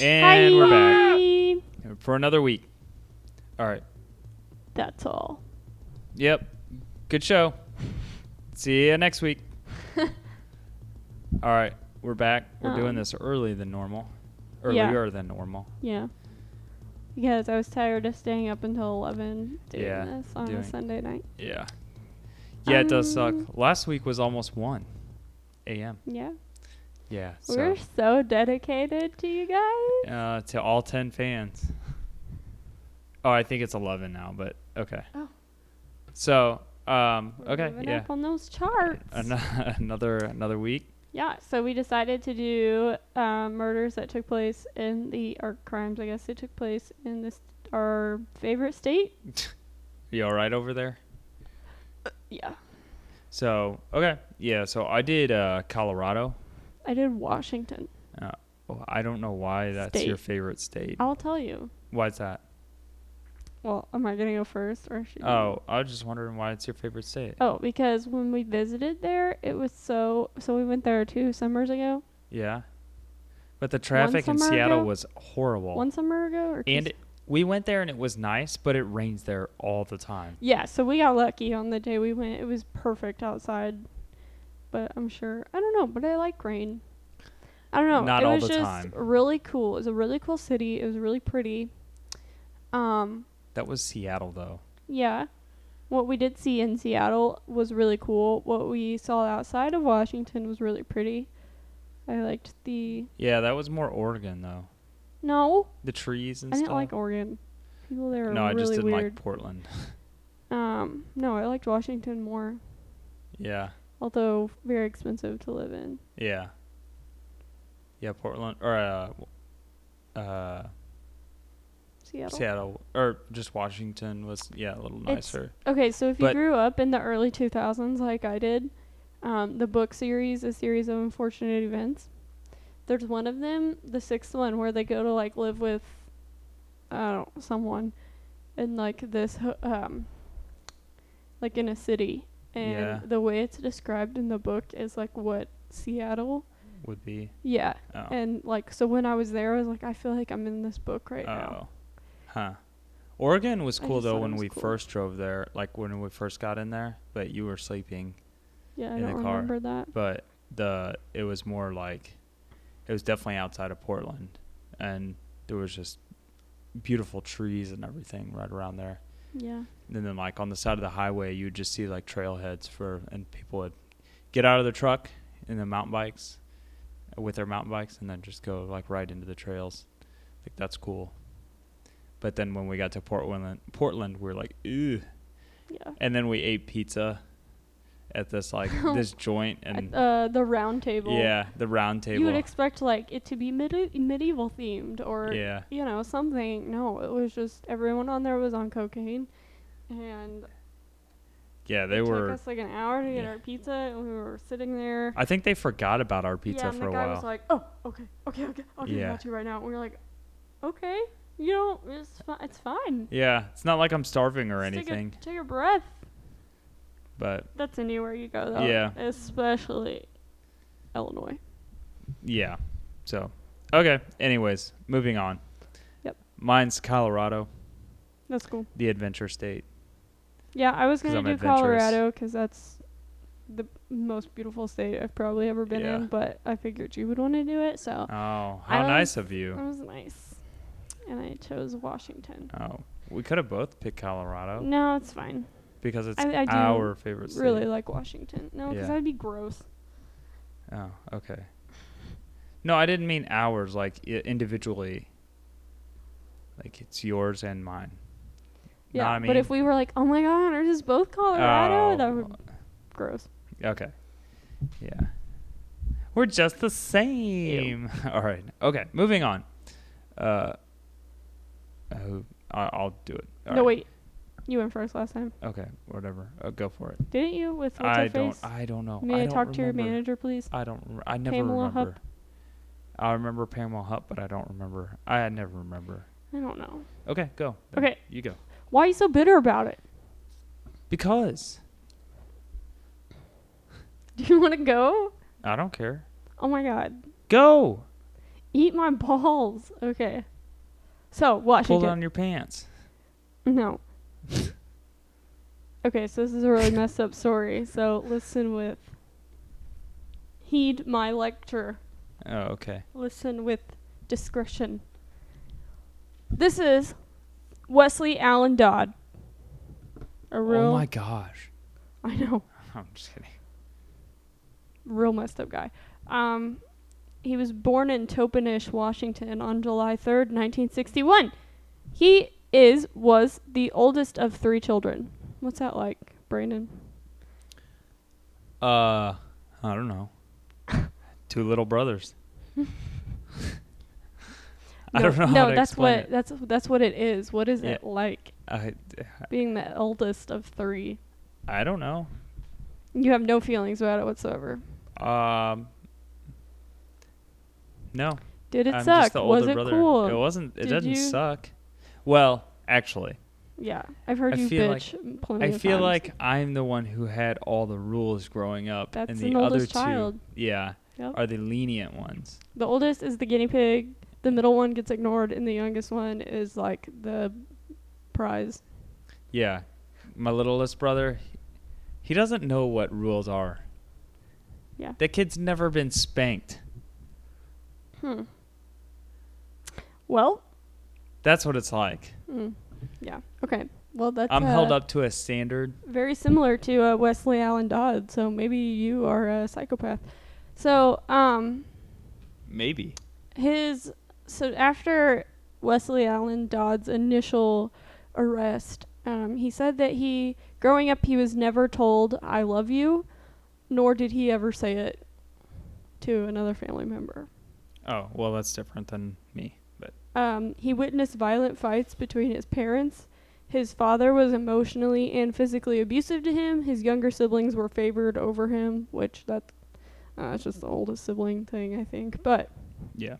And we're back Bye. for another week. All right. That's all. Yep. Good show. See you next week. All right. We're back. We're doing Um, this early than normal. yeah. Earlier than normal. yeah. Because I was tired of staying up until 11 doing Yeah, this on doing- a Sunday night. Yeah. Yeah, it does suck. Um, Last week was almost 1 a.m. Yeah. Yeah. We're So, so dedicated to you guys. uh, to all 10 fans. Oh, I think it's 11 now, but okay. Oh. So, um, We're okay. moving Yeah. up on those charts. Ano- Another another week. Yeah, so we decided to do um, murders that took place in the or crimes, I guess, that took place in this our favorite state. You all right over there? Yeah, So, okay. Yeah, so I did uh, Colorado. I did Washington. Oh, I don't know why that's your State. Oh. favorite state. I'll tell you. Why's that? Well, am I gonna go first or should? you? Oh, I was just wondering why it's your favorite state. Mm-hmm. Oh, because when we visited there, it was so. So we went there two summers ago, Yeah. But the traffic in summer Seattle ago- was horrible. one summer ago, or two and s- it, we went there and it was nice, but it rains there all the time. yeah, so we got lucky on the day we went. It was perfect outside, but I'm sure I don't know. But I like rain. I don't know. Not it all was the just time. really cool. It was a really cool city. It was really pretty. Um, That was Seattle though. yeah. What we did see in Seattle was really cool. What we saw outside of Washington was really pretty. I liked the Yeah, that was more Oregon though. no. The trees and I stuff. didn't like Oregon. People there are no, I really just didn't like weird. Portland. um, no, I liked Washington more, yeah. although very expensive to live in. Yeah. Yeah, Portland or uh uh Seattle. Seattle or just Washington was yeah, a little It's- nicer. Okay, so if you But- grew up in the early 2000s like I did, um, the book series, A Series of Unfortunate Events, there's one of them, the sixth one, where they go to like live with, I don't know, someone in like this, ho- um, like in a city. And Yeah. the way it's described in the book is like what Seattle. would be. Yeah. Oh. And like, so when I was there, I was like, I feel like I'm in this book right Oh. now. Huh. Oregon was I cool just though thought it when was we cool. first drove there, like when we first got in there, but you were sleeping. Yeah, I in the don't car. remember that. But the it was more like it was definitely outside of Portland and there was just beautiful trees and everything right around there. Yeah. And then like on the side of the highway you would just see like trailheads for and people would get out of the truck and the mountain bikes with their mountain bikes and then just go like right into the trails. I think that's cool. But then when we got to Portland Portland we were like, ooh Yeah. and then we ate pizza at this like this joint and At, uh, the round table. yeah, the round table. You would expect like it to be medi- medieval themed or yeah, you know something. No, it was just everyone on there was on cocaine, and yeah, they it were. took us like an hour to get yeah. our pizza, and we were sitting there. I think they forgot about our pizza yeah, and for the a guy while. was like, "Oh, okay, okay, okay, okay, Yeah. I got you right now." And we were like, "Okay, you don't. It's fine. It's fine. yeah, it's not like I'm starving or Just anything, Take a, take a breath. but That's anywhere you go though. Yeah. especially Illinois. yeah. So, okay. Anyways, moving on. Yep. Mine's Colorado, That's cool. the adventure state. Yeah, I was 'Cause gonna I'm do adventurous. Colorado because that's the most beautiful state I've probably ever been Yeah. in. But I figured you would want to do it, so Oh, how I nice was- of that you. was nice. And I chose Washington. Oh, we could have both picked Colorado No, it's fine. because it's Mm, I- I do our favorite state. Really like Washington. No, because Yeah. that'd be gross. Oh, okay. No, I didn't mean ours. Like i- individually, like it's yours and mine. Know Yeah, what I but if mean? we were like, oh my god, ours is both Colorado, Oh, that would gross. Okay. Yeah. We're just the same. All right. Okay. Moving on. Uh. Oh, I- I'll do it. All no, right. wait, you went first last time, Okay. Whatever. Uh, go for it. didn't you? With what's her I don't. face? I don't know. May I, don't talk to your remember. manager, please? I don't. rem- I never Pamela Hupp? remember. I remember Pamela Hupp, but I don't remember. I never remember. I don't know. Okay, go. Okay. You go. Why are you so bitter about it? Because Do you want to go? I don't care. Oh my god. Go. Eat my balls. Okay. So Pull Washington. down your pants. No. okay, so this is a really messed up story. So listen with. Heed my lecture. Oh, okay. Listen with discretion. This is Wesley Allen Dodd. A real. Oh my gosh. I know. I'm just kidding. real messed up guy. Um, he was born in Topanish, Washington, on July 3rd, 1961. He is was the oldest of three children. What's that like, Brandon? Uh, I don't know. Two little brothers. I no, don't know No, how to that's explain what that's that's what it is. What is Yeah. it like it. being the eldest of three? I I don't know. You have no feelings about it whatsoever. Um. No, Did it I'm suck? just the older was it brother. cool? It wasn't. It Did doesn't you- suck. Well, actually, yeah, I've heard I you feel like- bitch plenty I of feel times. like I'm the one who had all the rules growing up, That's and an the other oldest two, child. yeah, Yep. are the lenient ones. The oldest is the guinea pig. The middle one gets ignored, and the youngest one is like the prize. Yeah, my littlest brother, he doesn't know what rules are. Yeah. that kid's never been spanked. Hmm. Well, That's what it's like. mm, yeah. Okay. Well, that's I'm held uh, up to a standard. very similar to uh, Wesley Allen Dodd. So maybe you are a psychopath. So um, Maybe. his so after Wesley Allen Dodd's initial arrest, um, he said that he growing up he was never told "I love you," nor did he ever say it to another family member. Oh well, that's different than me. But Um, he witnessed violent fights between his parents. His father was emotionally and physically abusive to him. His younger siblings were favored over him, which that's uh, it's just the oldest sibling thing, I think. But yeah,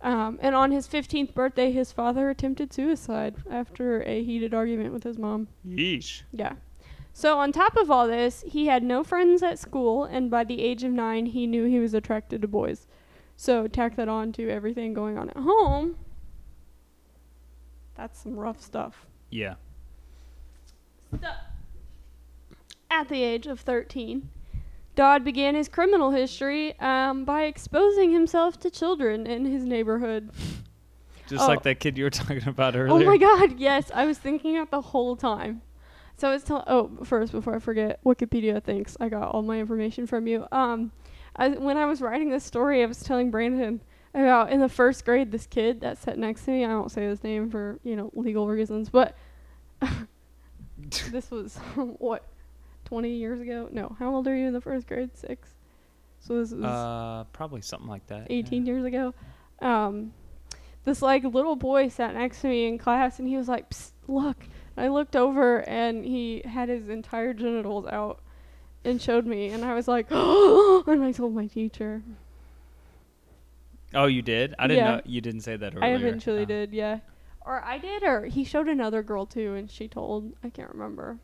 Um, and on his 15th birthday, his father attempted suicide after a heated argument with his mom. yeesh. Yeah. So, on top of all this, he had no friends at school, and by the age of nine, he knew he was attracted to boys. So, tack that on to everything going on at home. That's some rough stuff. Yeah. So, at the age of 13, Dodd began his criminal history um, by exposing himself to children in his neighborhood. Just Oh. like that kid you were talking about earlier. Oh my god, yes. I was thinking that the whole time. So I was telling oh, first before I forget, Wikipedia thinks I got all my information from you. Um I, when I was writing this story, I was telling Brandon about in the first grade this kid that sat next to me, I won't say his name for, you know, legal reasons, but this was what 20 years ago? No, how old are you in the first grade? 6. So this was Uh, probably something like that. 18 years ago. Um, this like little boy sat next to me in class, and he was like, Psst, "Look!" And I looked over, and he had his entire genitals out, and showed me, and I was like, and I told my teacher. Oh, you did? I didn't Yeah. know. You didn't say that earlier. I eventually Oh. did, yeah. Or I did, or he showed another girl too, and she told. I can't remember.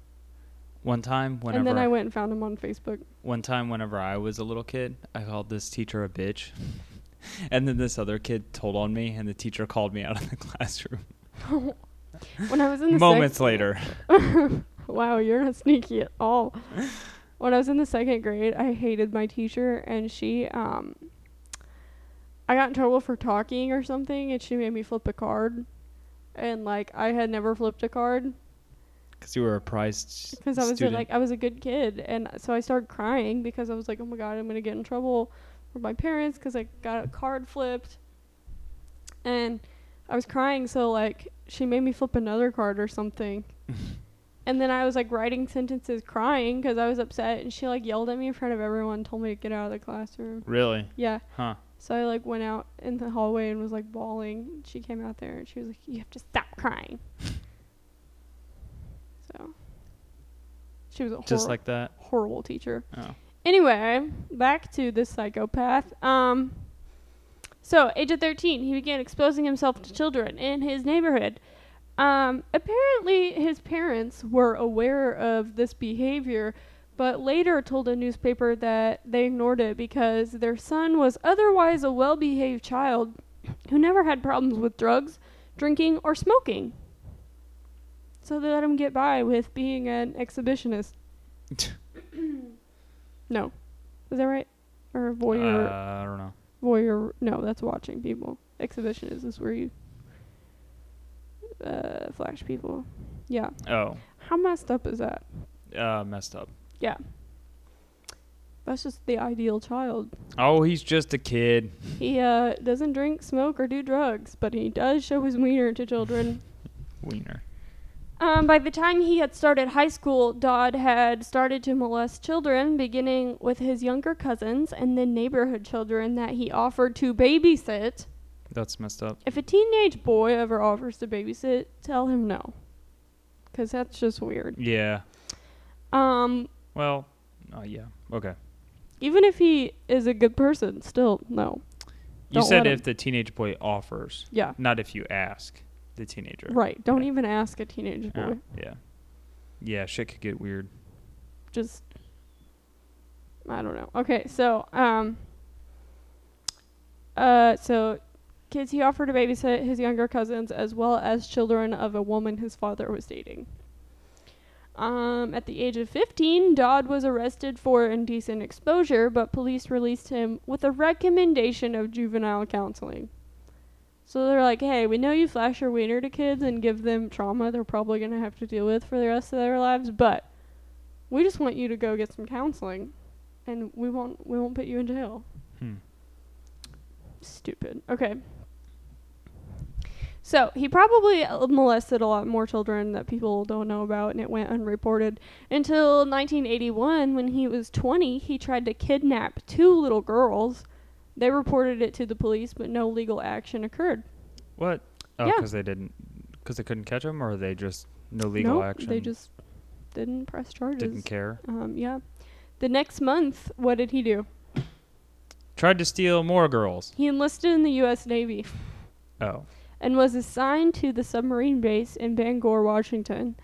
One time, whenever And then I went and found him on Facebook. one time, whenever I was a little kid, I called this teacher a bitch, and then this other kid told on me, and the teacher called me out of the classroom. When I was in the Moments sec- later, wow, you're not sneaky at all. when I was in the second grade, I hated my teacher, and she, um, I got in trouble for talking or something, and she made me flip a card. And like I had never flipped a card because you were a prized because I was a, student. like I was a good kid, and so I started crying because I was like, oh my god, I'm gonna get in trouble with my parents because I got a card flipped, and I was crying. So like she made me flip another card or something, and then I was like writing sentences crying because I was upset, and she like yelled at me in front of everyone, told me to get out of the classroom. really? Yeah. Huh. So I like went out in the hallway and was like bawling. She came out there and she was like, "You have to stop crying." So she was a Just horri- like that. horrible teacher. Oh. Anyway, back to this psychopath. Um, so age of thirteen, he began exposing himself to children in his neighborhood. Um, apparently, his parents were aware of this behavior, but later told a newspaper that they ignored it because their son was otherwise a well-behaved child who never had problems with drugs, drinking, or smoking. So they let him get by with being an exhibitionist. No. Is that right? Or voyeur. I don't know. voyeur. No, that's watching people. Exhibitionist is where you uh, flash people. Yeah. Oh, How messed up is that? uh, messed up. That's just the ideal child. Oh, he's just a kid. He uh, doesn't drink, smoke, or do drugs, but he does show his wiener to children. Wiener. Um, by the time he had started high school, Dodd had started to molest children, beginning with his younger cousins and then neighborhood children that he offered to babysit. That's messed up. If a teenage boy ever offers to babysit, tell him no. Because that's just weird. Yeah. Um, Well, oh yeah. Okay. even if he is a good person, still no. You Don't said let him. if the teenage boy offers, Yeah. not if you ask the teenager. Right. Don't Okay. even ask a teenage boy. Yeah. yeah. Yeah, shit could get weird. just I don't know. Okay, so um uh so kids he offered to babysit his younger cousins as well as children of a woman his father was dating. Um at the age of 15, Dodd was arrested for indecent exposure, but police released him with a recommendation of juvenile counseling. So they're like, "Hey, we know you flash your wiener to kids and give them trauma they're probably going to have to deal with for the rest of their lives, but we just want you to go get some counseling and we won't we won't put you in jail Hmm. stupid okay so he probably molested a lot more children that people don't know about and it went unreported until 1981 when he was 20 he tried to kidnap two little girls they reported it to the police but no legal action occurred What? Oh, Yeah. because they didn't, because they couldn't catch him, or they just no legal Nope, action. they just didn't press charges didn't care. um yeah the next month what did he do Tried to steal more girls. he enlisted in the US Navy Oh, and was assigned to the submarine base in Bangor, Washington.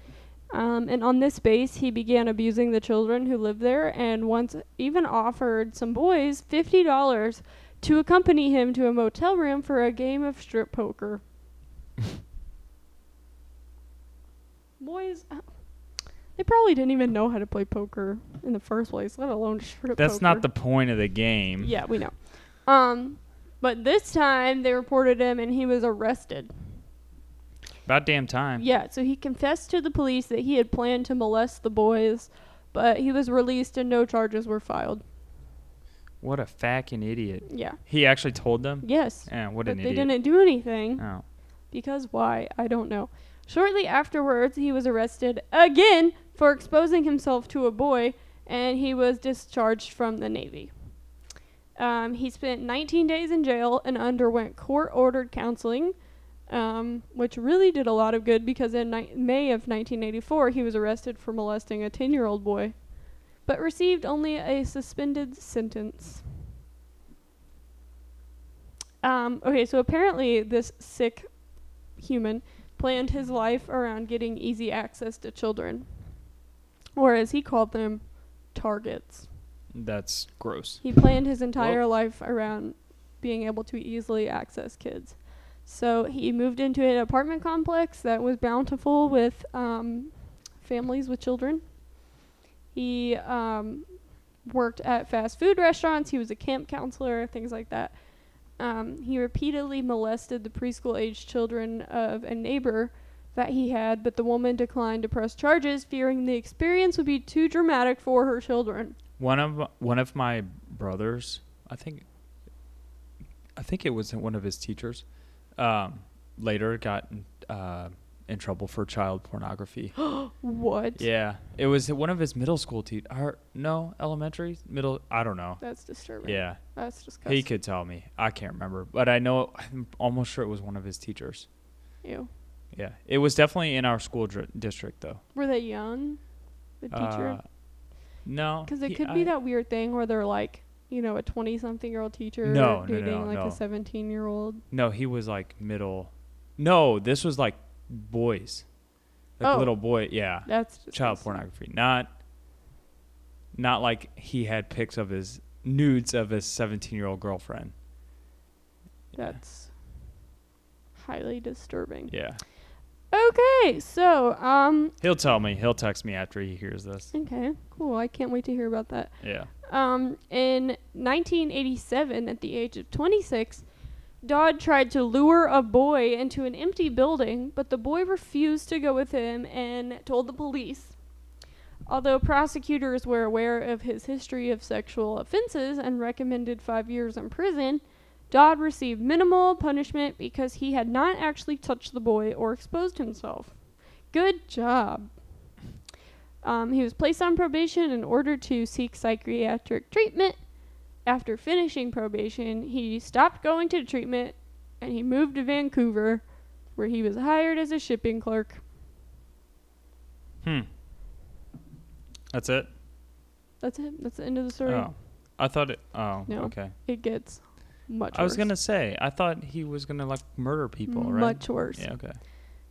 Um, and on this base, he began abusing the children who lived there and once even offered some boys $50 to accompany him to a motel room for a game of strip poker. boys, uh, they probably didn't even know how to play poker in the first place, let alone strip that's poker. not the point of the game. Yeah, we know. Um, but this time they reported him and he was arrested. About damn time. Yeah, so he confessed to the police that he had planned to molest the boys, but he was released and no charges were filed. What a fucking idiot. Yeah. He actually told them. Yes. Yeah. What but an they idiot. didn't do anything Oh. because why? I don't know. Shortly afterwards, he was arrested again for exposing himself to a boy and he was discharged from the Navy. Um, he spent 19 days in jail and underwent court ordered counseling, um, which really did a lot of good because in ni- May of 1984, he was arrested for molesting a 10 year old boy, but received only a suspended sentence. Um, okay, so apparently, this sick human planned his life around getting easy access to children, or as he called them, targets. That's gross. He planned his entire life around being able to easily access kids. So he moved into an apartment complex that was bountiful with um, families with children. He um, worked at fast food restaurants. He was a camp counselor, things like that. Um, he repeatedly molested the preschool aged children of a neighbor that he had, but the woman declined to press charges, fearing the experience would be too dramatic for her children. One of one of my brothers, I think, I think it was one of his teachers. Um, later got in, uh, in trouble for child pornography. What? yeah, it was one of his middle school teach. No, elementary, middle. I don't know. That's disturbing. Yeah, That's disgusting. he could tell me. I can't remember, but I know. I'm almost sure it was one of his teachers. Ew. Yeah, it was definitely in our school dr- district though. Were they young? The teacher? Uh, no, Because it he- could be I- that weird thing where they're like, you know, a 20 something year old teacher No, no, dating no, like no. a 17 year old. No, he was like middle. No, this was like boys, like Oh. little boy. Yeah, That's disgusting. child pornography. Not, not like he had pics of his nudes of his seventeen-year-old girlfriend. That's highly disturbing. Yeah. Okay, so um, He'll tell me. He'll text me after he hears this. okay, cool. I can't wait to hear about that. Yeah. Um, in 1987, at the age of 26, Dodd tried to lure a boy into an empty building, but the boy refused to go with him and told the police. Although prosecutors were aware of his history of sexual offenses and recommended five years in prison, Dodd received minimal punishment because he had not actually touched the boy or exposed himself. Good job. Um, he was placed on probation in order to seek psychiatric treatment. After finishing probation, he stopped going to treatment and he moved to Vancouver, where he was hired as a shipping clerk. Hmm. That's it. That's it. That's the end of the story. Oh, I thought it. Oh, No. okay. It gets much I was worse. gonna say. I thought he was gonna like murder people, right? Much worse. Yeah. Okay.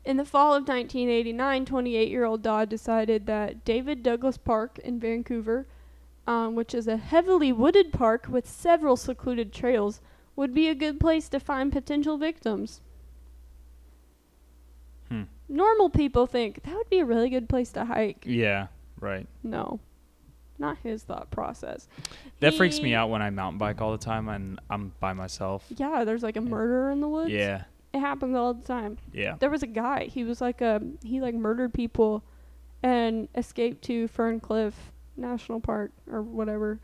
In the fall of 1989, 28 year old Dodd decided that David Douglas Park in Vancouver, um, which is a heavily wooded park with several secluded trails, would be a good place to find potential victims. Hmm. Normal people think that would be a really good place to hike. Yeah. Right. No, not his thought process. That freaks me He- out when I mountain bike all the time and I'm by myself. Yeah, there's like a murderer in the woods. Yeah. It happens all the time. Yeah. there was a guy he was like a he like murdered people and escaped to ferncliff national park or whatever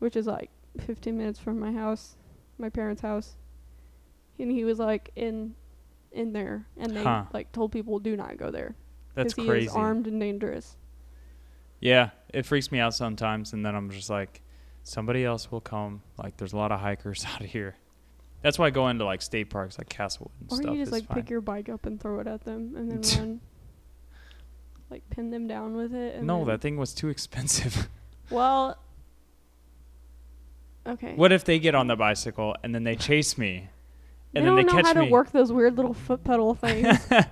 which is like 15 minutes from my house my parents house and he was like in in there and they Huh. like told people do not go there That's he crazy. is armed and dangerous Yeah, it freaks me out sometimes, and then I'm just like, somebody else will come. Like, there's a lot of hikers out here. That's why going to like state parks, like Castlewood and or stuff, you just is like fine. pick your bike up and throw it at them and then run like pin them down with it and no, then- that thing was too expensive. well okay what if they get on the bicycle and then they chase me? They and then don't they know catch how me. to work those weird little foot pedal things that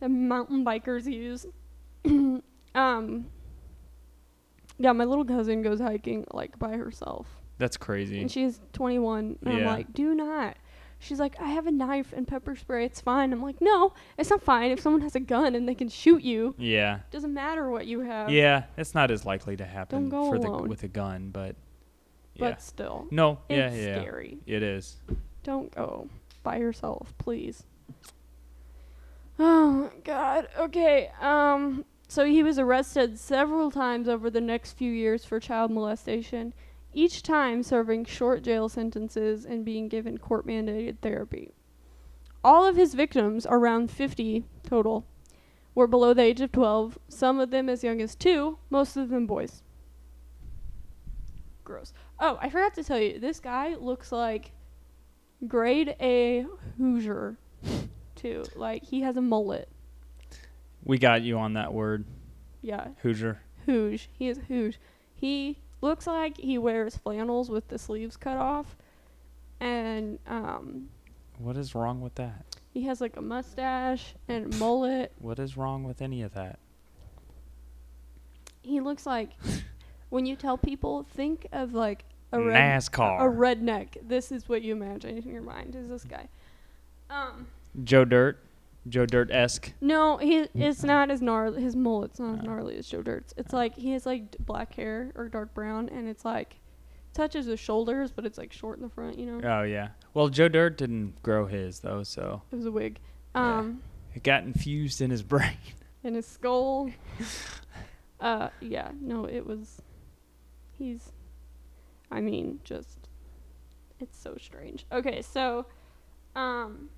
mountain bikers use. um, yeah, my little cousin goes hiking like by herself, That's crazy. and she's 21. And I'm Mm. Yeah. like, do not. She's like, I have a knife and pepper spray. It's fine. I'm like, no, it's not fine. If someone has a gun and they can shoot you, yeah, doesn't matter what you have. yeah, it's not as likely to happen go for the alone. with a gun, but But yeah, still, no, yeah, it's yeah, scary. it is. Don't go by yourself, please. Oh god. Okay. Um so he was arrested several times over the next few years for child molestation, each time serving short jail sentences and being given court mandated therapy. All of his victims, around 50 total, were below the age of 12, some of them as young as 2, most of them boys. Gross. Oh, I forgot to tell you, this guy looks like grade A Hoosier, too. Like, he has a mullet. We got you on that word, Yeah, Hoosier. Hooj. He is Hooj. He looks like he wears flannels with the sleeves cut off, and um, What is wrong with that? he has like a mustache and a mullet. What is wrong with any of that? He looks like when you tell people, think of like a red NASCAR. a redneck. This is what you imagine in your mind is this guy. Um, Joe Dirt, Joe Dirt esque. no, he Mm-hmm. it's not as gnarly. His mullet's not as Uh. gnarly as Joe Dirt's. It's like he has like d- black hair or dark brown, and it's like touches his shoulders, but it's like short in the front. You know, Oh yeah. Well, Joe Dirt didn't grow his though, so it was a wig. Yeah. Um, it got infused in his brain. and his skull. uh, yeah, no, it was. He's. I mean, just. It's so strange. Okay, so, um.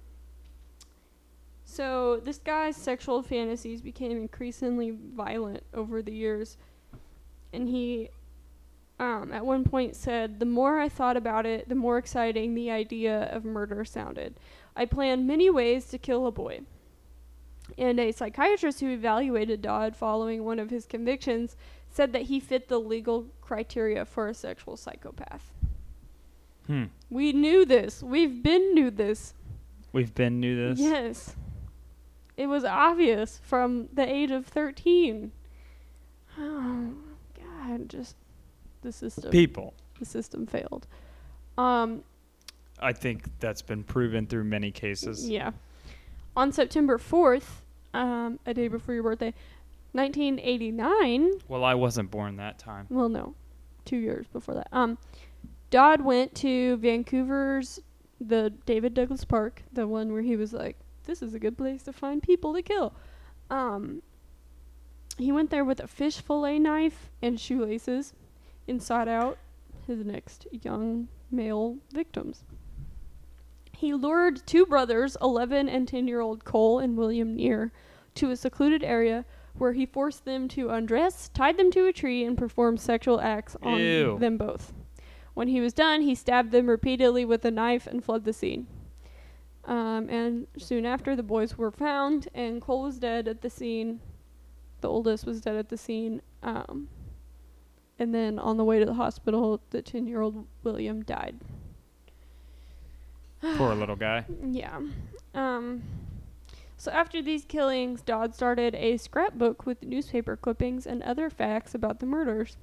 So this guy's sexual fantasies became increasingly violent over the years, and he. Um, at one point said, the more I thought about it, the more exciting the idea of murder sounded. I planned many ways to kill a boy and a psychiatrist who evaluated Dodd following one of his convictions said that he fit the legal criteria for a sexual psychopath. Hmm. We knew this. We've been knew this. We've been knew this. Yes. It was obvious from the age of 13. Oh, God, just the system. People. the system failed. Um, I think that's been proven through many cases. Yeah. On September 4th, um, a day before your birthday, 1989, Well, I wasn't born that time. well, no, two years before that, um, Dodd went to Vancouver's, the David Douglas Park, the one where he was like, this is a good place to find people to kill. Um, he went there with a fish fillet knife and shoelaces and sought out his next young male victims. He lured two brothers, 11 and 10 year old Cole and William Neer, to a secluded area where he forced them to undress, tied them to a tree, and performed sexual acts on Ew. them both. When he was done, he stabbed them repeatedly with a knife and fled the scene. Um, and soon after, the boys were found, and Cole was dead at the scene. The oldest was dead at the scene. Um, and then on the way to the hospital, the 10 year old William died. Poor little guy. Yeah. Um, so after these killings, Dodd started a scrapbook with newspaper clippings and other facts about the murders.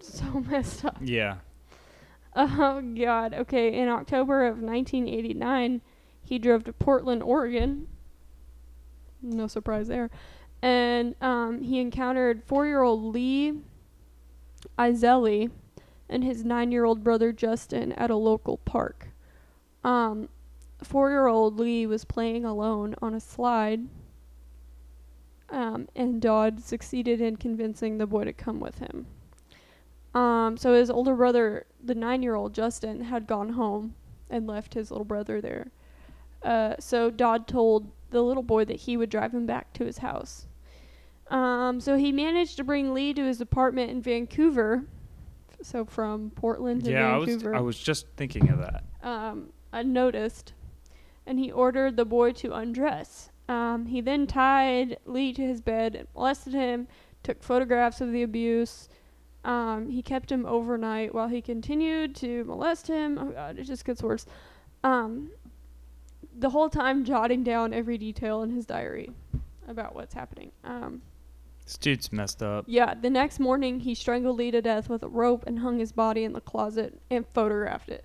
So messed up. Yeah. Oh God. Okay. In October of 1989, he drove to Portland, Oregon. No surprise there, and um, he encountered four-year-old Lee Izelli and his nine-year-old brother Justin at a local park. Um, four-year-old Lee was playing alone on a slide, um, and Dodd succeeded in convincing the boy to come with him. Um, so his older brother, the nine-year-old Justin, had gone home and left his little brother there. Uh, so Dodd told the little boy that he would drive him back to his house. Um, so he managed to bring Lee to his apartment in Vancouver. So from Portland to Yeah, I was Vancouver I was just thinking of that. um, unnoticed, and he ordered the boy to undress. Um, he then tied Lee to his bed and molested him, took photographs of the abuse. Um, he kept him overnight while he continued to molest him. Oh, God, it just gets worse. Um, the whole time jotting down every detail in his diary about what's happening. Um, This dude's messed up. yeah, the next morning he strangled Lee to death with a rope and hung his body in the closet and photographed it.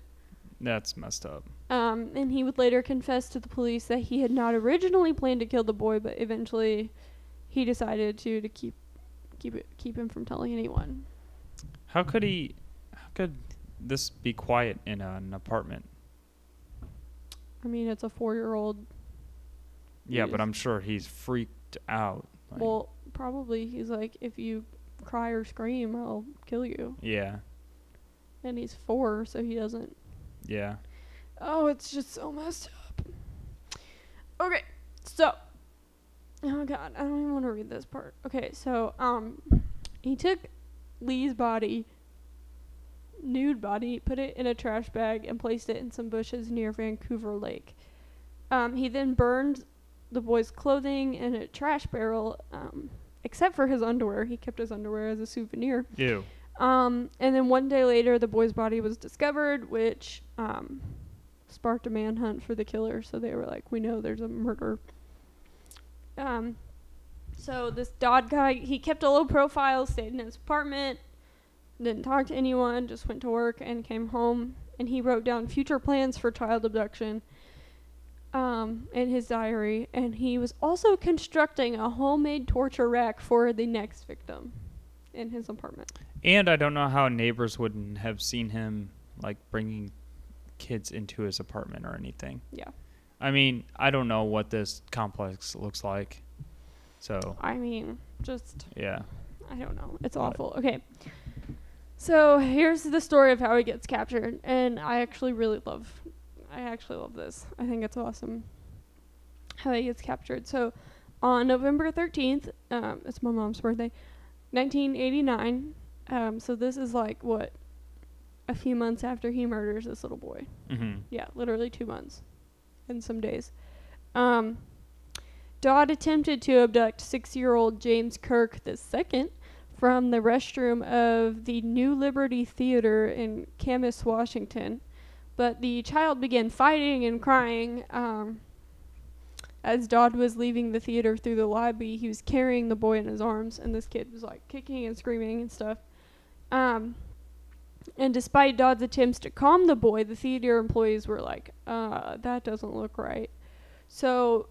That's messed up. Um, and he would later confess to the police that he had not originally planned to kill the boy, but eventually he decided to to keep keep it, keep him from telling anyone. How could he? How could this be quiet in an apartment? I mean, it's a four year old. Yeah, Yes. but I'm sure he's freaked out. like- Well, probably he's like, if you cry or scream, I'll kill you. yeah, And he's four, so he doesn't yeah. Oh, it's just so messed up. Okay, so. Oh god, I don't even want to read this part. Okay, so um, he took Lee's body, nude body, put it in a trash bag and placed it in some bushes near Vancouver Lake. Um, he then burned the boy's clothing in a trash barrel, um, except for his underwear. He kept his underwear as a souvenir. Ew. Um, and then one day later, the boy's body was discovered, which um, sparked a manhunt for the killer. So they were like, "We know there's a murder." Um, so this Dodd guy, he kept a low profile, stayed in his apartment, didn't talk to anyone, just went to work and came home. And he wrote down future plans for child abduction um, in his diary. And he was also constructing a homemade torture rack for the next victim in his apartment. And I don't know how neighbors wouldn't have seen him like bringing kids into his apartment or anything. Yeah. I mean, I don't know what this complex looks like. So, I mean, just yeah. I don't know. It's Right. awful. Okay. So here's the story of how he gets captured, and I actually really love, I actually love this. I think it's awesome how he gets captured. So on November thirteenth, um, it's my mom's birthday, nineteen eighty nine. Um, so this is like what, a few months after he murders this little boy Mhm. yeah, literally two months and some days. Um, Dodd attempted to abduct six year old James Kirk II from the restroom of the New Liberty Theater in Camas, Washington, but the child began fighting and crying. Um, as Dodd was leaving the theater through the lobby, he was carrying the boy in his arms, and this kid was like kicking and screaming and stuff. Um, And despite Dodd's attempts to calm the boy, the theater employees were like, uh, that doesn't look right. So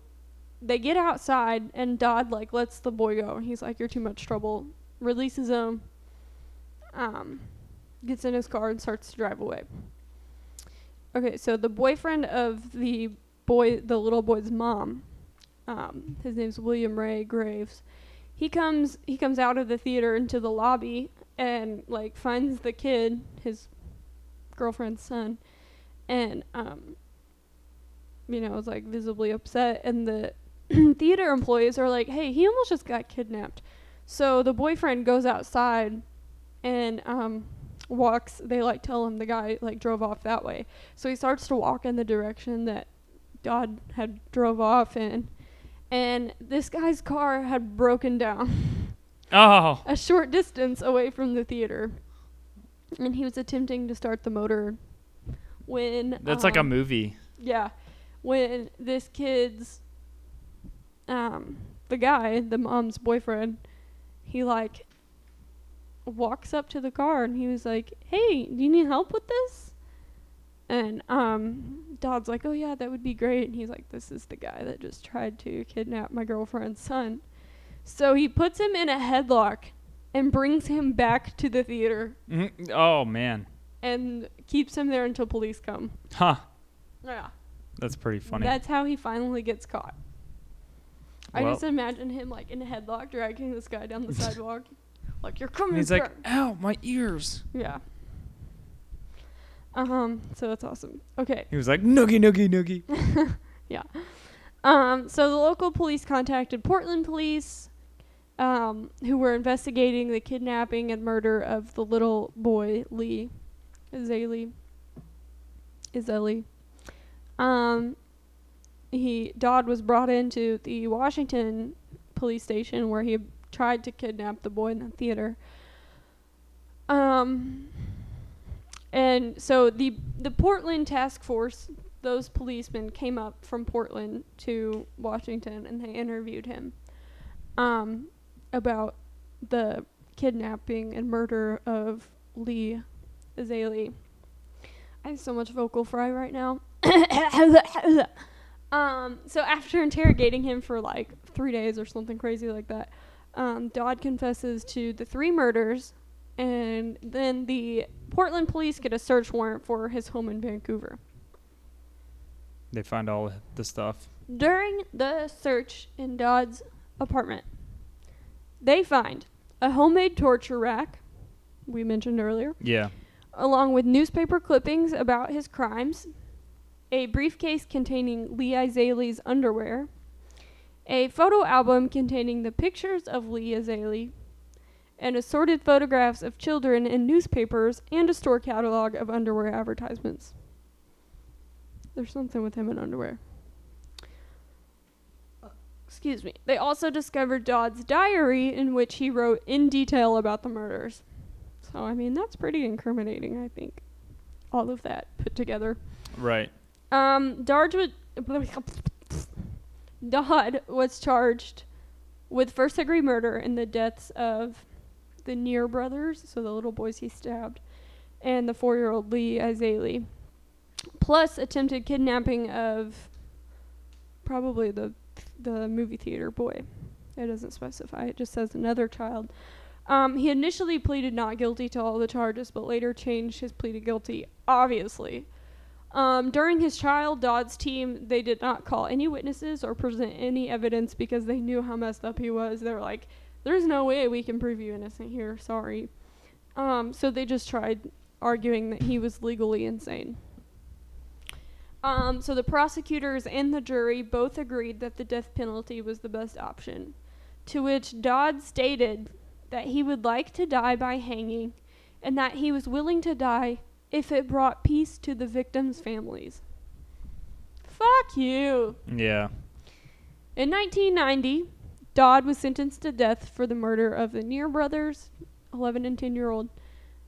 they get outside, and Dodd, like, lets the boy go. And he's like, you're too much trouble. Releases him, um, gets in his car, and starts to drive away. Okay, so the boyfriend of the boy, the little boy's mom, um, his name's William Ray Graves. He comes, he comes out of the theater into the lobby and like finds the kid, his girlfriend's son, and um, you know, is like visibly upset. And the theater employees are like, "Hey, he almost just got kidnapped." So the boyfriend goes outside and um, walks. They like tell him the guy like drove off that way. So he starts to walk in the direction that Dodd had drove off in, and this guy's car had broken down. Oh, a short distance away from the theater, and he was attempting to start the motor when that's like a um, movie. yeah when this kid's um the guy the mom's boyfriend he like walks up to the car and he was like hey do you need help with this and um Dodd's like oh yeah that would be great and he's like this is the guy that just tried to kidnap my girlfriend's son so he puts him in a headlock and brings him back to the theater Mhm. Oh man, and keeps him there until police come huh? yeah That's pretty funny. that's how he finally gets caught. I Well- just imagine him like in a headlock dragging this guy down the sidewalk. Like you're And coming. he's like, for-" ow, my ears. Yeah. Um, so that's awesome. Okay. He was like, noogie, noogie, noogie. Um, so the local police contacted Portland police, um, who were investigating the kidnapping and murder of the little boy Lee, Zaley. Izeli. Um, he Dodd was brought into the Washington police station where he tried to kidnap the boy in the theater. Um, and so the the Portland task force those policemen came up from Portland to Washington and they interviewed him um, about the kidnapping and murder of Lee Azalea. I have so much vocal fry right now. um, so after interrogating him for like three days or something crazy like that, um, Dodd confesses to the three murders, and then the Portland police get a search warrant for his home in Vancouver. They find all the stuff. During the search in Dodd's apartment, they find a homemade torture rack, we mentioned earlier, Yeah. along with newspaper clippings about his crimes, a briefcase containing Lee Isaley's underwear, a photo album containing the pictures of Lee Isaley, and assorted photographs of children in newspapers and a store catalog of underwear advertisements. There's something with him in underwear. Excuse me. They also discovered Dodd's diary in which he wrote in detail about the murders. So, I mean, that's pretty incriminating, I think. All of that put together. Right. Um, Darge would, Dodd was charged with first degree murder in the deaths of the Near brothers, so the little boys he stabbed, and the four year old Lee Azaley, plus attempted kidnapping of probably the the movie theater boy. It doesn't specify, it just says another child. Um, he initially pleaded not guilty to all the charges, but later changed his plea to guilty, obviously. Um, during his trial, Dodd's team they did not call any witnesses or present any evidence because they knew how messed up he was. They were like, "There's no way we can prove you innocent here. Sorry." Um, so they just tried arguing that he was legally insane. Um, so the prosecutors and the jury both agreed that the death penalty was the best option. To which Dodd stated that he would like to die by hanging, and that he was willing to die if it brought peace to the victims' families. Fuck you. Yeah. In 1990, Dodd was sentenced to death for the murder of the Near brothers, 11 and 10 year old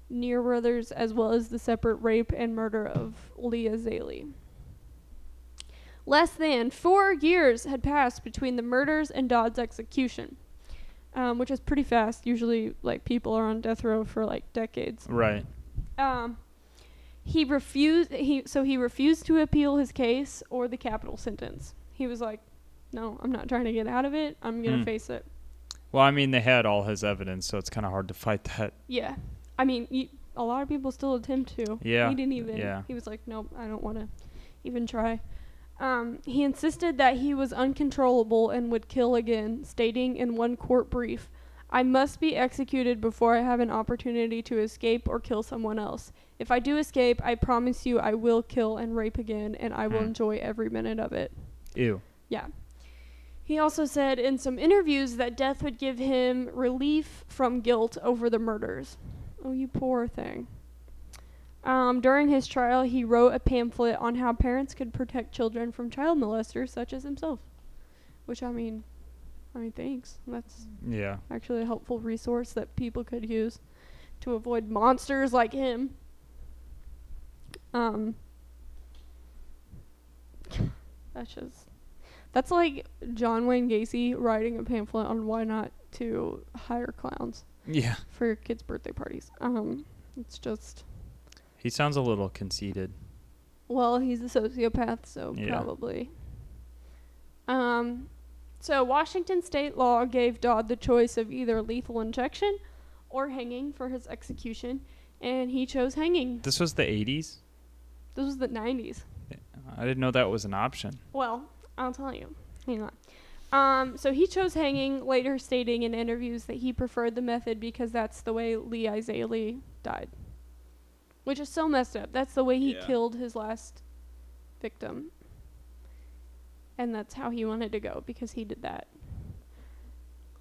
Near brothers, as well as the separate rape and murder of Leah Zaley. Less than four years had passed between the murders and Dodd's execution, um, which is pretty fast. Usually, like people are on death row for like decades. Right. Um, he refused. He so he refused to appeal his case or the capital sentence. He was like, "No, I'm not trying to get out of it. I'm gonna Hmm. face it." Well, I mean, they had all his evidence, so it's kind of hard to fight that. Yeah, I mean, y a a lot of people still attempt to. Yeah, he didn't even. yeah. he was like, "Nope, I don't want to even try." Um, he insisted that he was uncontrollable and would kill again, stating in one court brief, "I must be executed before I have an opportunity to escape or kill someone else. If I do escape, I promise you I will kill and rape again, and I will Hmm. enjoy every minute of it." Ew. Yeah. He also said in some interviews that death would give him relief from guilt over the murders. Oh, you poor thing. Um, during his trial, he wrote a pamphlet on how parents could protect children from child molesters such as himself. Which, I mean, I mean, thanks. That's Yeah. actually a helpful resource that people could use to avoid monsters like him. Um, that's just that's like John Wayne Gacy writing a pamphlet on why not to hire clowns Yeah. for your kids' birthday parties. Um, it's just He sounds a little conceited. well, he's a sociopath, so Yeah. probably. Um, so Washington state law gave Dodd the choice of either lethal injection or hanging for his execution, and he chose hanging. This was the 80s? This was the 90s. I didn't know that was an option. Well, I'll tell you. Hang on. Um, so he chose hanging, later stating in interviews that he preferred the method because that's the way Lee Iselli died. Which is so messed up. That's the way he Yeah. killed his last victim. And that's how he wanted to go because he did that.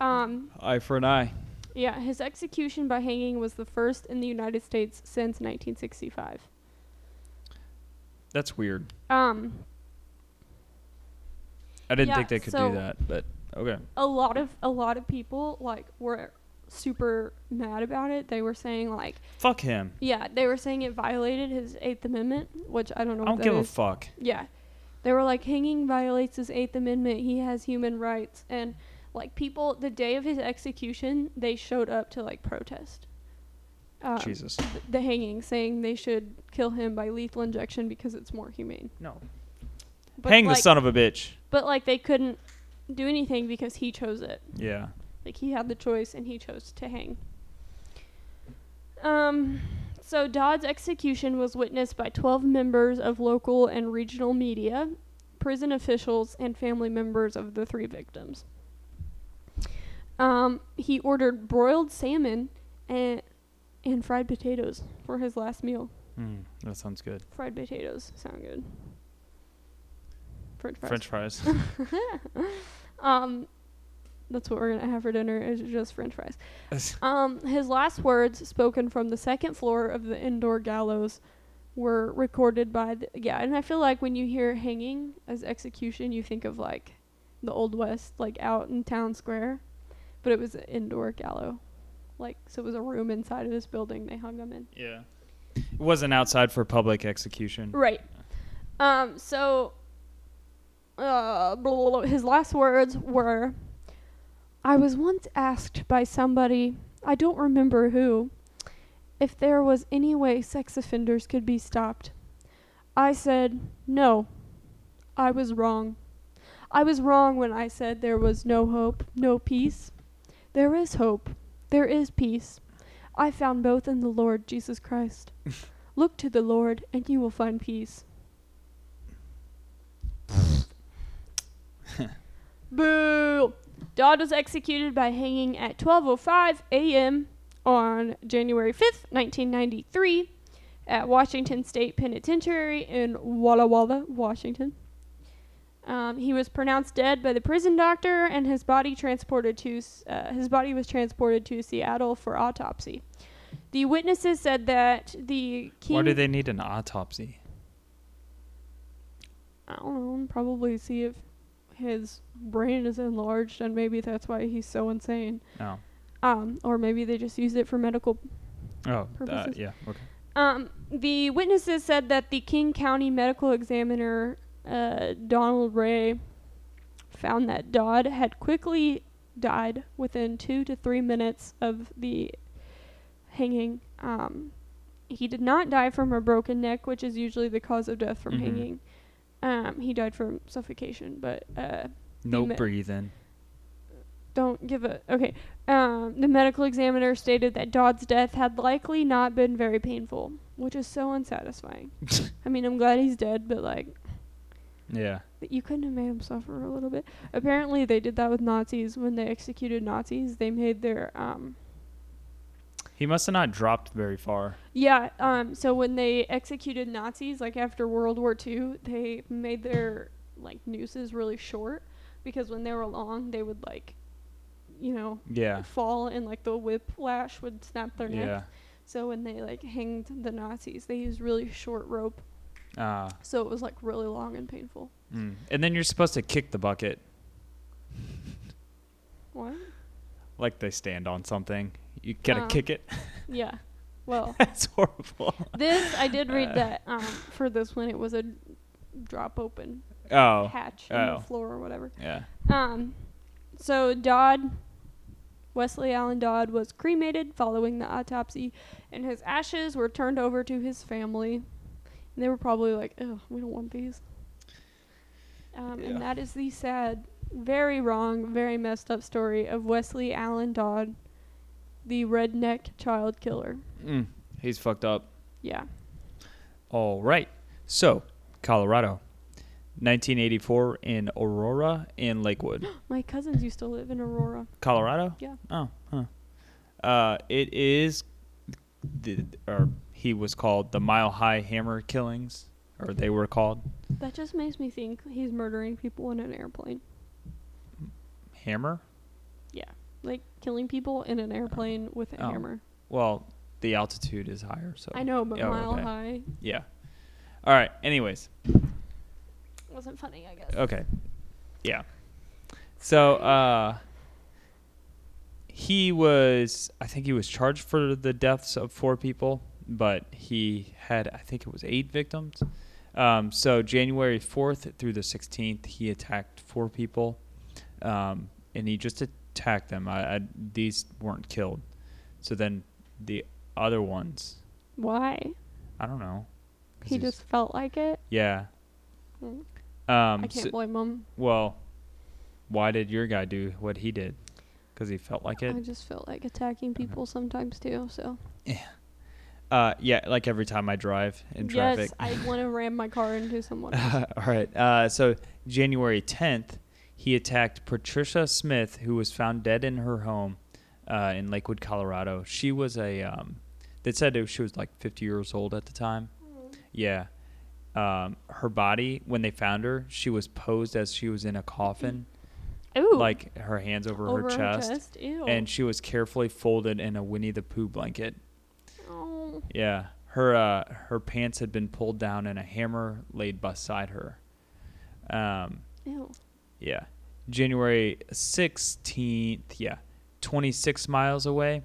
Um, Eye for an eye. yeah, his execution by hanging was the first in the United States since 1965. That's weird. Um, I didn't Yeah, think they could so- do that, but okay. a lot of a lot of people like were super mad about it. They were saying like, Fuck him. yeah, they were saying it violated his Eighth Amendment, which I don't know. I don't What that give a is. fuck. yeah, they were like hanging violates his Eighth Amendment. He has human rights, and like people, the day of his execution, they showed up to like protest. Um, Jesus. th- The hanging, saying they should kill him by lethal injection because it's more humane. No. But, Hang like, the son of a bitch. But like they couldn't do anything because he chose it. Yeah. Like he had the choice and he chose to hang. Um, so Dodd's execution was witnessed by 12 members of local and regional media, prison officials, and family members of the three victims. Um, he ordered broiled salmon and, and fried potatoes for his last meal. Mm, that sounds good. Fried potatoes sound good. French fries. French fries. Um, that's what we're gonna have for dinner is just French fries. Um, his last words, spoken from the second floor of the indoor gallows, were recorded by the, yeah. And I feel like when you hear hanging as execution, you think of like the old west, like out in town square, but it was an indoor gallow, like so it was a room inside of this building they hung them in. yeah. It wasn't outside for public execution. Right. Um. So. Uh. blah, blah, blah. His last words were, "I was once asked by somebody, I don't remember who, if there was any way sex offenders could be stopped. I said no. I was wrong. I was wrong when I said there was no hope, no peace. There is hope. There is peace. I found both in the Lord Jesus Christ." Look to the Lord, and you will find peace. Boo! Dodd was executed by hanging at 12:05 a.m. on January 5th, 1993, at Washington State Penitentiary in Walla Walla, Washington. Um, he was pronounced dead by the prison doctor, and his body transported to S- uh, his body was transported to Seattle for autopsy. The witnesses said that the king. Why do they need an autopsy? I don't know, probably see if his brain is enlarged and maybe that's why he's so insane. No. Um, or maybe they just used it for medical. Oh, uh, Purposes. yeah. Okay. Um, the witnesses said that the King County medical examiner, uh, Donald Ray, found that Dodd had quickly died within two to three minutes of the hanging. Um, he did not die from a broken neck, which is usually the cause of death from Mhm. hanging. Um, he died from suffocation, but uh, No ma- breathing. don't give a okay. Um, the medical examiner stated that Dodd's death had likely not been very painful, which is so unsatisfying. I mean, I'm glad he's dead, but like Yeah. that you couldn't have made him suffer a little bit. Apparently, they did that with Nazis when they executed Nazis. They made their um, He must have not dropped very far. Yeah, um so when they executed Nazis like after World War II, they made their like nooses really short because when they were long, they would like you know, Yeah. fall and like the whiplash would snap their neck. Yeah. So when they like hanged the Nazis, they used really short rope, Ah. so it was like really long and painful. mm. And then you're supposed to kick the bucket What? like they stand on something. You gotta Oh. kick it. Yeah. Well, That's horrible. this I did read that um for this one it was a drop open Oh. hatch in Oh. the floor or whatever. Yeah. Um, so Dodd, Wesley Allen Dodd, was cremated following the autopsy, and his ashes were turned over to his family. And they were probably like, "Oh, we don't want these." Um, Yeah. And that is the sad, very wrong, very messed up story of Wesley Allen Dodd, the redneck child killer. Mm. He's fucked up. Yeah. All right. So, Colorado, 1984 in Aurora in Lakewood, My cousins used to live in Aurora. Colorado. Yeah. Oh, huh. Uh, it is, the, or he was called the Mile High Hammer Killings, or they were called That just makes me think he's murdering people in an airplane. Hammer. Like killing people in an airplane with a Oh. hammer. Well, the altitude is higher, so I know, but Oh, mile okay. high yeah. All right. Anyways, wasn't funny, I guess. Okay. Yeah. So uh he was I think he was charged for the deaths of four people, but he had I think it was eight victims. Um so January 4th through the 16th he attacked four people. Um and he just attacked them. I, I these weren't killed. So then the other ones, Why? I don't know. 'Cause He he's- just felt like it. yeah. Mm. Um I can't so- blame him. Well, why did your guy do what he did? Because he felt like I it. just felt like attacking people sometimes too. So Uh, yeah, like every time I drive in traffic. yes, I want to ram my car into someone. all right. Uh, so January 10th, he attacked Patricia Smith, who was found dead in her home uh, in Lakewood, Colorado. She was a. Um, they said that she was like 50 years old at the time. Hmm. Yeah. Um, her body, when they found her, she was posed as she was in a coffin, Ooh, like her hands over, over her chest. Ew. and she was carefully folded in a Winnie the Pooh blanket. oh, Yeah, her uh, her pants had been pulled down and a hammer laid beside her. Um, ew. yeah, January sixteenth. Yeah, twenty six miles away,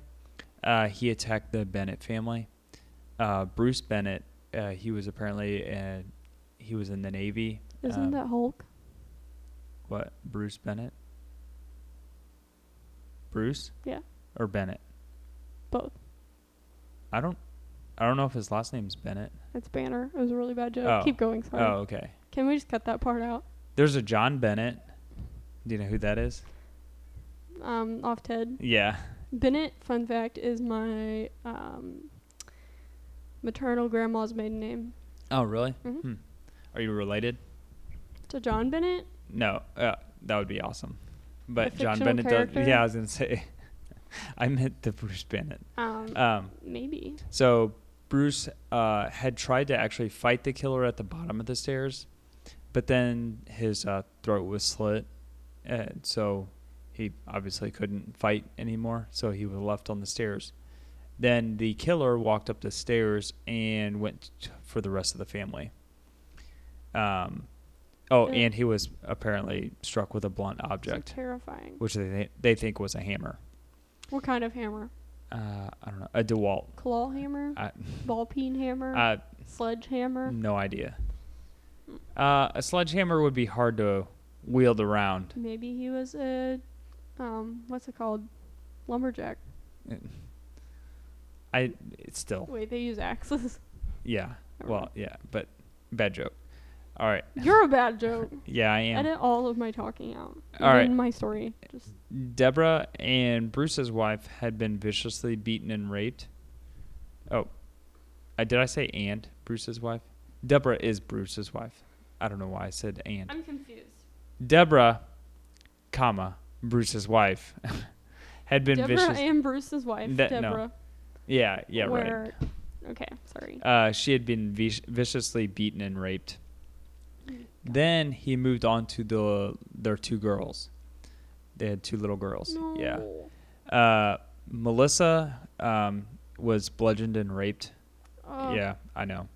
uh, he attacked the Bennett family. Uh, Bruce Bennett. Uh, he was apparently uh, he was in the Navy. Isn't Um, that Hulk? What Bruce Bennett? Bruce? Yeah. Or Bennett? Both. I don't I don't know if his last name's Bennett. That's Banner. It was a really bad joke. Oh. Keep going. Sorry. Oh, okay. Can we just cut that part out? There's a John Bennett. Do you know who that is? Um, off Ted. Yeah. Bennett. Fun fact is my um maternal grandma's maiden name. Oh, really? Mhm. Hmm. Are you related? To John Bennett. No. Uh, that would be awesome. But John fictional Bennett character? does. Yeah, I was gonna say. I meant the Bruce Bennett. Um, Um, maybe. So Bruce uh, had tried to actually fight the killer at the bottom of the stairs, but then his uh, throat was slit, and so he obviously couldn't fight anymore. So he was left on the stairs. Then the killer walked up the stairs and went t- for the rest of the family. Um, oh, Ew. and he was apparently struck with a blunt So object, terrifying. which they they think was a hammer. What kind of hammer? Uh, I don't know, a Dewalt. Claw hammer? I, ball peen hammer? I sledge hammer? No idea. Uh, a sledgehammer would be hard to wield around. Maybe he was a, um, what's it called? Lumberjack. I it's still Wait, they use axes. yeah. Never Well, yeah, but bad joke. All right. mind. you're a bad joke. Yeah, I am. Edit all of my talking out. All right. In my story, just Deborah and Bruce's wife had been viciously beaten and raped. Oh, I did I say and Bruce's wife? Deborah is Bruce's wife. I don't know why I said and. I'm confused. Deborah, comma Bruce's wife, had been Deborah vicious. and Bruce's wife, That- no. Deborah. yeah, yeah, right. were- Okay, sorry. Uh, she had been vic- viciously beaten and raped. Mm. Then he moved on to the their two girls. They had two little girls. Yeah. No. Uh, Melissa um, was bludgeoned and raped. Oh, Yeah, I know.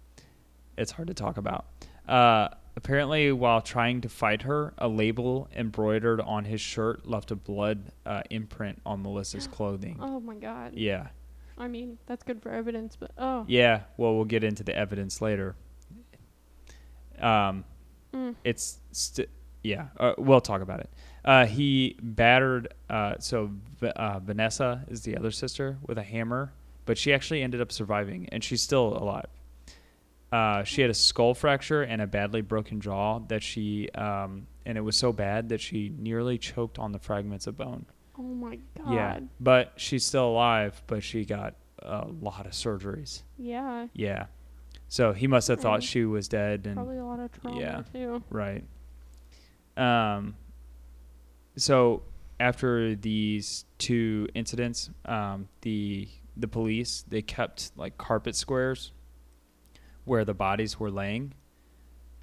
It's hard to talk about. Uh, apparently, while trying to fight her, a label embroidered on his shirt left a blood uh, imprint on Melissa's clothing. Oh my god. Yeah. I mean, that's good for evidence, but oh. Yeah. Well, we'll get into the evidence later. Um, Mm. it's st- yeah. Uh, we'll talk about it. Uh, he battered. Uh, so V- uh, Vanessa is the other sister with a hammer, but she actually ended up surviving, and she's still alive. Uh, she had a skull fracture and a badly broken jaw that she, um, and it was so bad that she nearly choked on the fragments of bone. Oh my god. Yeah, but she's still alive, but she got a lot of surgeries. Yeah, Yeah. So he must have thought Mm. she was dead and Probably a lot of trauma yeah. too. right. Um so after these two incidents, um the the police they kept like carpet squares where the bodies were laying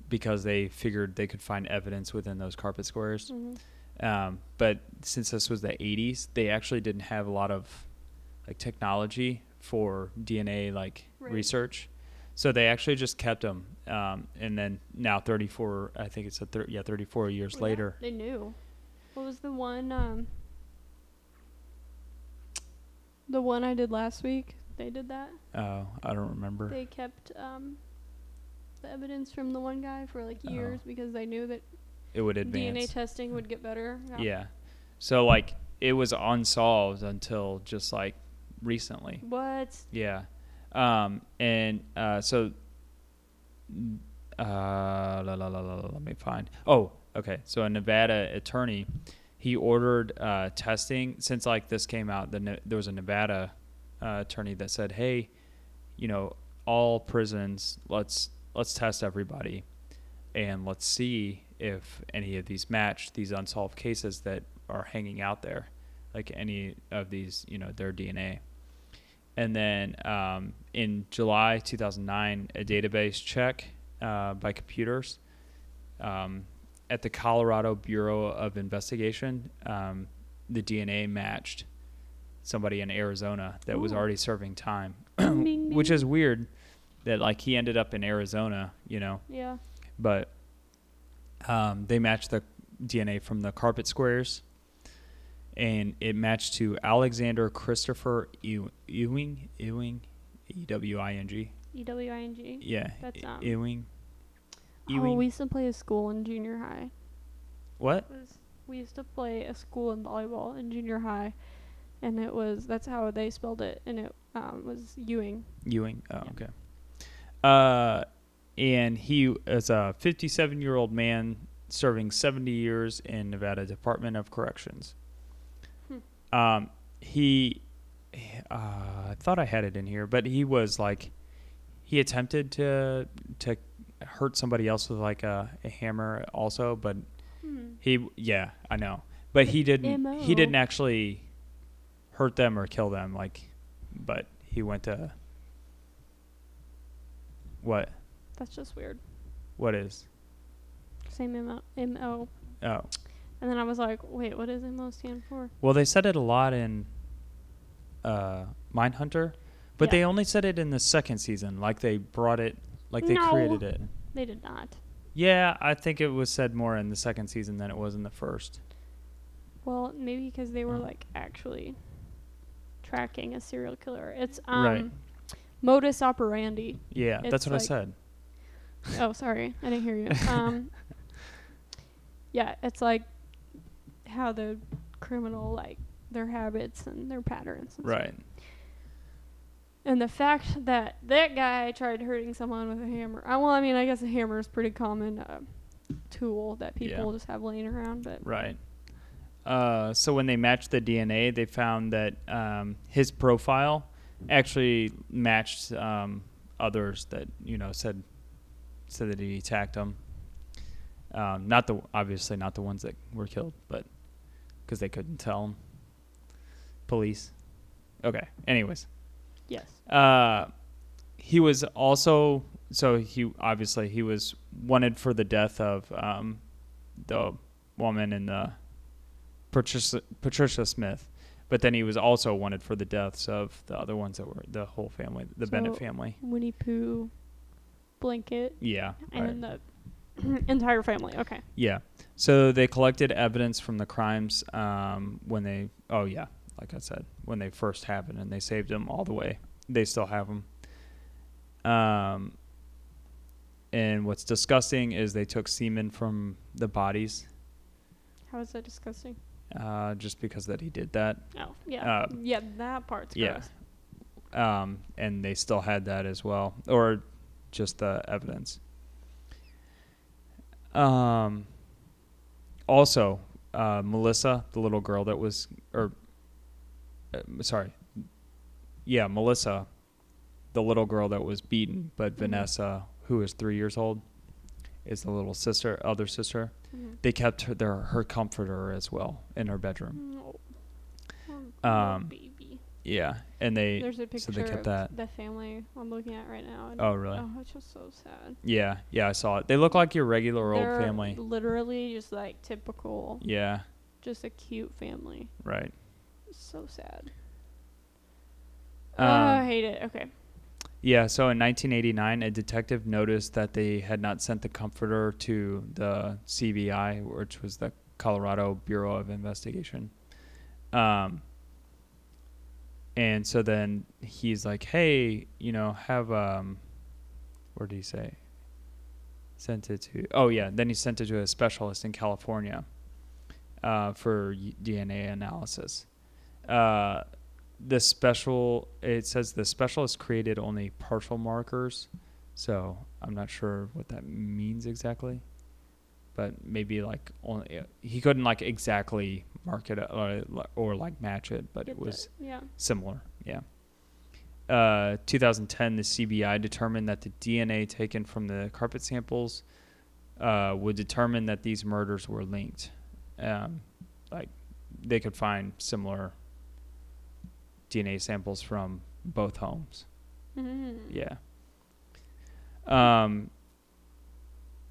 because they figured they could find evidence within those carpet squares. Mhm. Um, but since this was the 80s, they actually didn't have a lot of like technology for DNA like Right. research. So they actually just kept them. Um, and then now 34, I think it's a thir- yeah, 34 years Well, Oh, yeah, later. They knew. What was the one? Um, the one I did last week. They did that. Oh, I don't remember. They kept um, the evidence from the one guy for like Oh. years because they knew that it would advance. DNA testing would get better. yeah. So like it was unsolved until just like recently. What? Yeah. Um, and uh, so, uh, la, la, la, la, la, let me find. Oh, okay. So a Nevada attorney, he ordered uh, testing since like this came out. The Ne- there was a Nevada uh, attorney that said, "Hey, you know, all prisons, let's let's test everybody, and let's see if any of these match these unsolved cases that are hanging out there, like any of these, you know, their DNA." And then um, in July 2009, a database check uh, by computers um, at the Colorado Bureau of Investigation, um, the DNA matched somebody in Arizona that was Ooh. already serving time, Ding, ding, which ding. is weird that like he ended up in Arizona, you know, Yeah. but um, they matched the DNA from the carpet squares, and it matched to Alexander Christopher Ew- Ewing Ewing E W I N G E W I N G. yeah That's, E- um, Ewing Oh, Ewing we used to play a school in junior high. what was we used to play a school in volleyball in junior high, and it was that's how they spelled it, and it um, was Ewing. Ewing oh Yeah. okay uh and he is a 57 year old man serving 70 years in Nevada Department of Corrections. Um, he, uh, I thought I had it in here, but he was like, he attempted to to hurt somebody else with like a, a hammer also, but Hmm. he, yeah, I know, but he didn't he MO. didn't actually hurt them or kill them like, but he went to what That's just weird. what is Same M O M O. oh And then I was like, wait, what does M O stand for? Well, they said it a lot in uh, Mindhunter, but Yeah. they only said it in the second season. Like they brought it, like they No. created it. They did not. Yeah, I think it was said more in the second season than it was in the first. Well, maybe because they were Oh. like actually tracking a serial killer. It's um Right. modus operandi. Yeah, that's It's what I like- said. oh, sorry, I didn't hear you. Um, yeah, it's like how the criminal like their habits and their patterns. And stuff. Right. And the fact that that guy tried hurting someone with a hammer. I, well, I mean, I guess a hammer is pretty common uh, tool that Yeah. people just have laying around. But Right. Uh, so when they matched the DNA, they found that um, his profile actually matched um, others that you know said said that he attacked them. Um, not the obviously not the ones that were killed, but because they couldn't tell 'em. Police. Okay. Anyways, yes, uh, he was also so he obviously he was wanted for the death of um, the woman in the Patricia, Patricia Smith, but then he was also wanted for the deaths of the other ones that were the whole family, the Bennett So- family. Winnie Pooh, Blanket, Yeah, right. and then the entire family. Okay. yeah. So they collected evidence from the crimes um, when they. Oh yeah, like I said, when they first happened, and they saved them all the way. They still have them. Um, and what's disgusting is they took semen from the bodies, How is that disgusting? uh, just because that he did that. Oh, yeah. Uh, yeah, that part's yeah. gross. um, and they still had that as well, or just the evidence. Um, also, uh, Melissa, the little girl that was, or uh, sorry, yeah, Melissa, the little girl that was beaten, but Mhm. Vanessa, who is three years old, is the little sister, other sister. Mhm. They kept her, their, her comforter as well in her bedroom. No. Mm-hmm. Oh, poor Um, baby. Yeah, and they. There's a picture so they kept of that. the family I'm looking at right now. and- Oh really? Oh, it's just so sad. Yeah, yeah, I saw it. They look like your regular They're old family. Literally just like typical, Yeah, just a cute family. right. So sad. Um, oh, I hate it. Okay. yeah, so in 1989, a detective noticed that they had not sent the comforter to the CBI, which was the Colorado Bureau of Investigation. Um, and so then he's like, hey, you know, have, um, what did he say? Sent it to, oh, yeah, then he sent it to a specialist in California uh, for y- DNA analysis. Uh, the special it says the specialist created only partial markers so i'm not sure what that means exactly but maybe like only he couldn't like exactly mark it or, or like match it but Get it was the- yeah. similar yeah uh, 2010 the cbi determined that the dna taken from the carpet samples uh, would determine that these murders were linked um, like they could find similar dna samples from both homes Mhm. yeah um,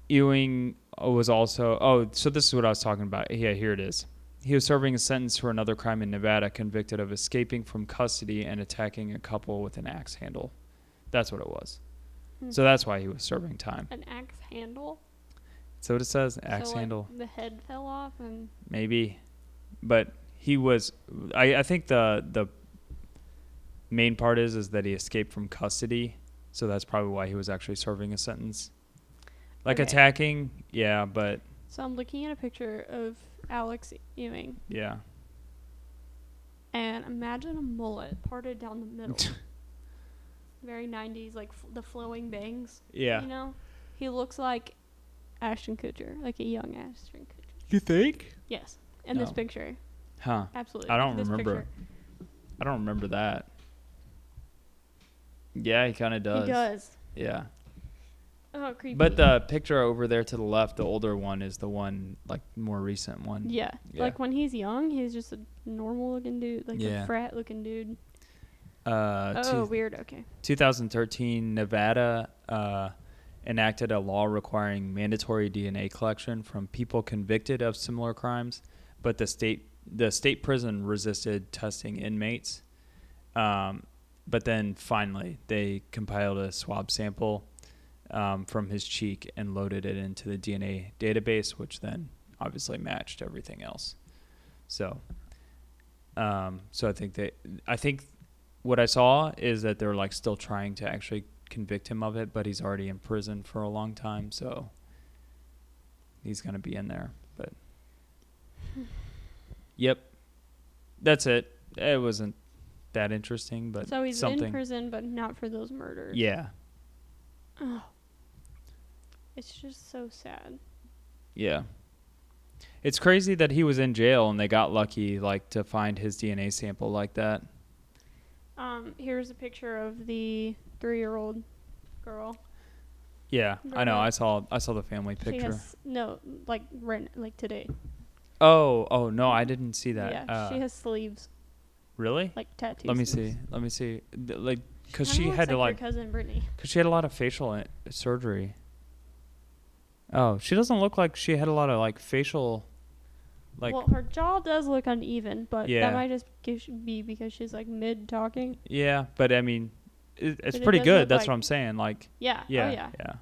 ewing was also oh so this is what i was talking about yeah here it is he was serving a sentence for another crime in Nevada, convicted of escaping from custody and attacking a couple with an axe handle. That's what it was. Hmm. So that's why he was serving time. An axe handle. So it says axe So, like, handle, the head fell off and maybe, but he was. I, I think the the main part is is that he escaped from custody, so that's probably why he was actually serving a sentence. Like Okay. attacking, yeah, but so I'm looking at a picture of Alex Ewing yeah, and imagine a mullet parted down the middle. Very 90s, like f- the flowing bangs. yeah. You know, he looks like Ashton Kutcher, like a young Ashton Kutcher. You think? Yes, in this No. picture, Huh? absolutely. I don't This remember. picture. I don't remember that. Yeah, he kind of does. He does. Yeah. Oh, creepy. But the picture over there to the left, the older one, is the one, like, more recent one. yeah. Yeah. like when he's young, he's just a normal looking dude, like Yeah. a frat looking dude. Uh, oh, two- weird. Okay. 2013, Nevada uh, enacted a law requiring mandatory DNA collection from people convicted of similar crimes, but the state the state prison resisted testing inmates. Um, but then finally, they compiled a swab sample um, from his cheek and loaded it into the DNA database, which then obviously matched everything else. So, um, so I think they, I think what I saw is that they're like still trying to actually convict him of it, but he's already in prison for a long time, so he's gonna be in there. But Hmm. yep, that's it. It wasn't that interesting, but so he's something. in prison, but not for those murders. Yeah, Oh. It's just so sad. yeah. It's crazy that he was in jail and they got lucky, like to find his DNA sample like that. Um, here's a picture of the three-year-old girl. Yeah, I know. Right. I saw I saw the family She picture. has no, like right, like today. oh, oh no, I didn't see that. yeah, Uh, she has sleeves, really? like tattoos. Let me see. Let me see. Th- Like, cause Kinda she looks had to like your cousin Brittany. Because she had a lot of facial i- surgery. Oh, she doesn't look like she had a lot of like facial, like well, her jaw does look uneven, but Yeah. that might just gish- be because she's like mid talking. yeah. But I mean, it, it's But it pretty does good. look That's like- what I'm saying. Like, Yeah. yeah, Oh, yeah, yeah. yeah,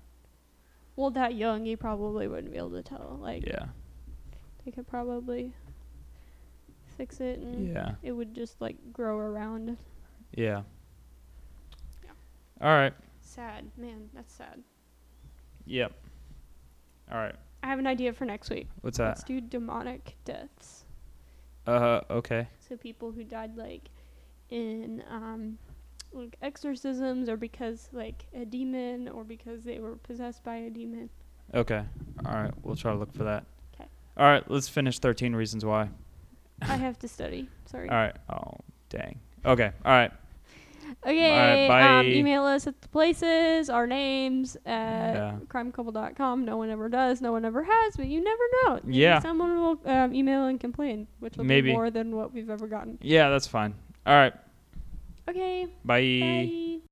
Well, that young, you probably wouldn't be able to tell. Like, yeah, they could probably fix it, and yeah, it would just like grow around. Yeah. All right. Sad, man. That's sad. Yep. All right. I have an idea for next week. What's Let's that? do demonic deaths. Uh. Okay. So people who died like in um like exorcisms or because like a demon or because they were possessed by a demon. Okay. All right. We'll try to look for that. 'Kay. All right. Let's finish 13 reasons why. I have to study. Sorry. All right. Oh, dang. Okay. All right. Okay. bye. Um, email us at the places, our names at Yeah. crimecouple.com. No one ever does. No one ever has, but you never know. Maybe Yeah. Someone will um, email and complain, which will Maybe. be more than what we've ever gotten. Yeah, that's fine. All right. Okay. Bye. Bye.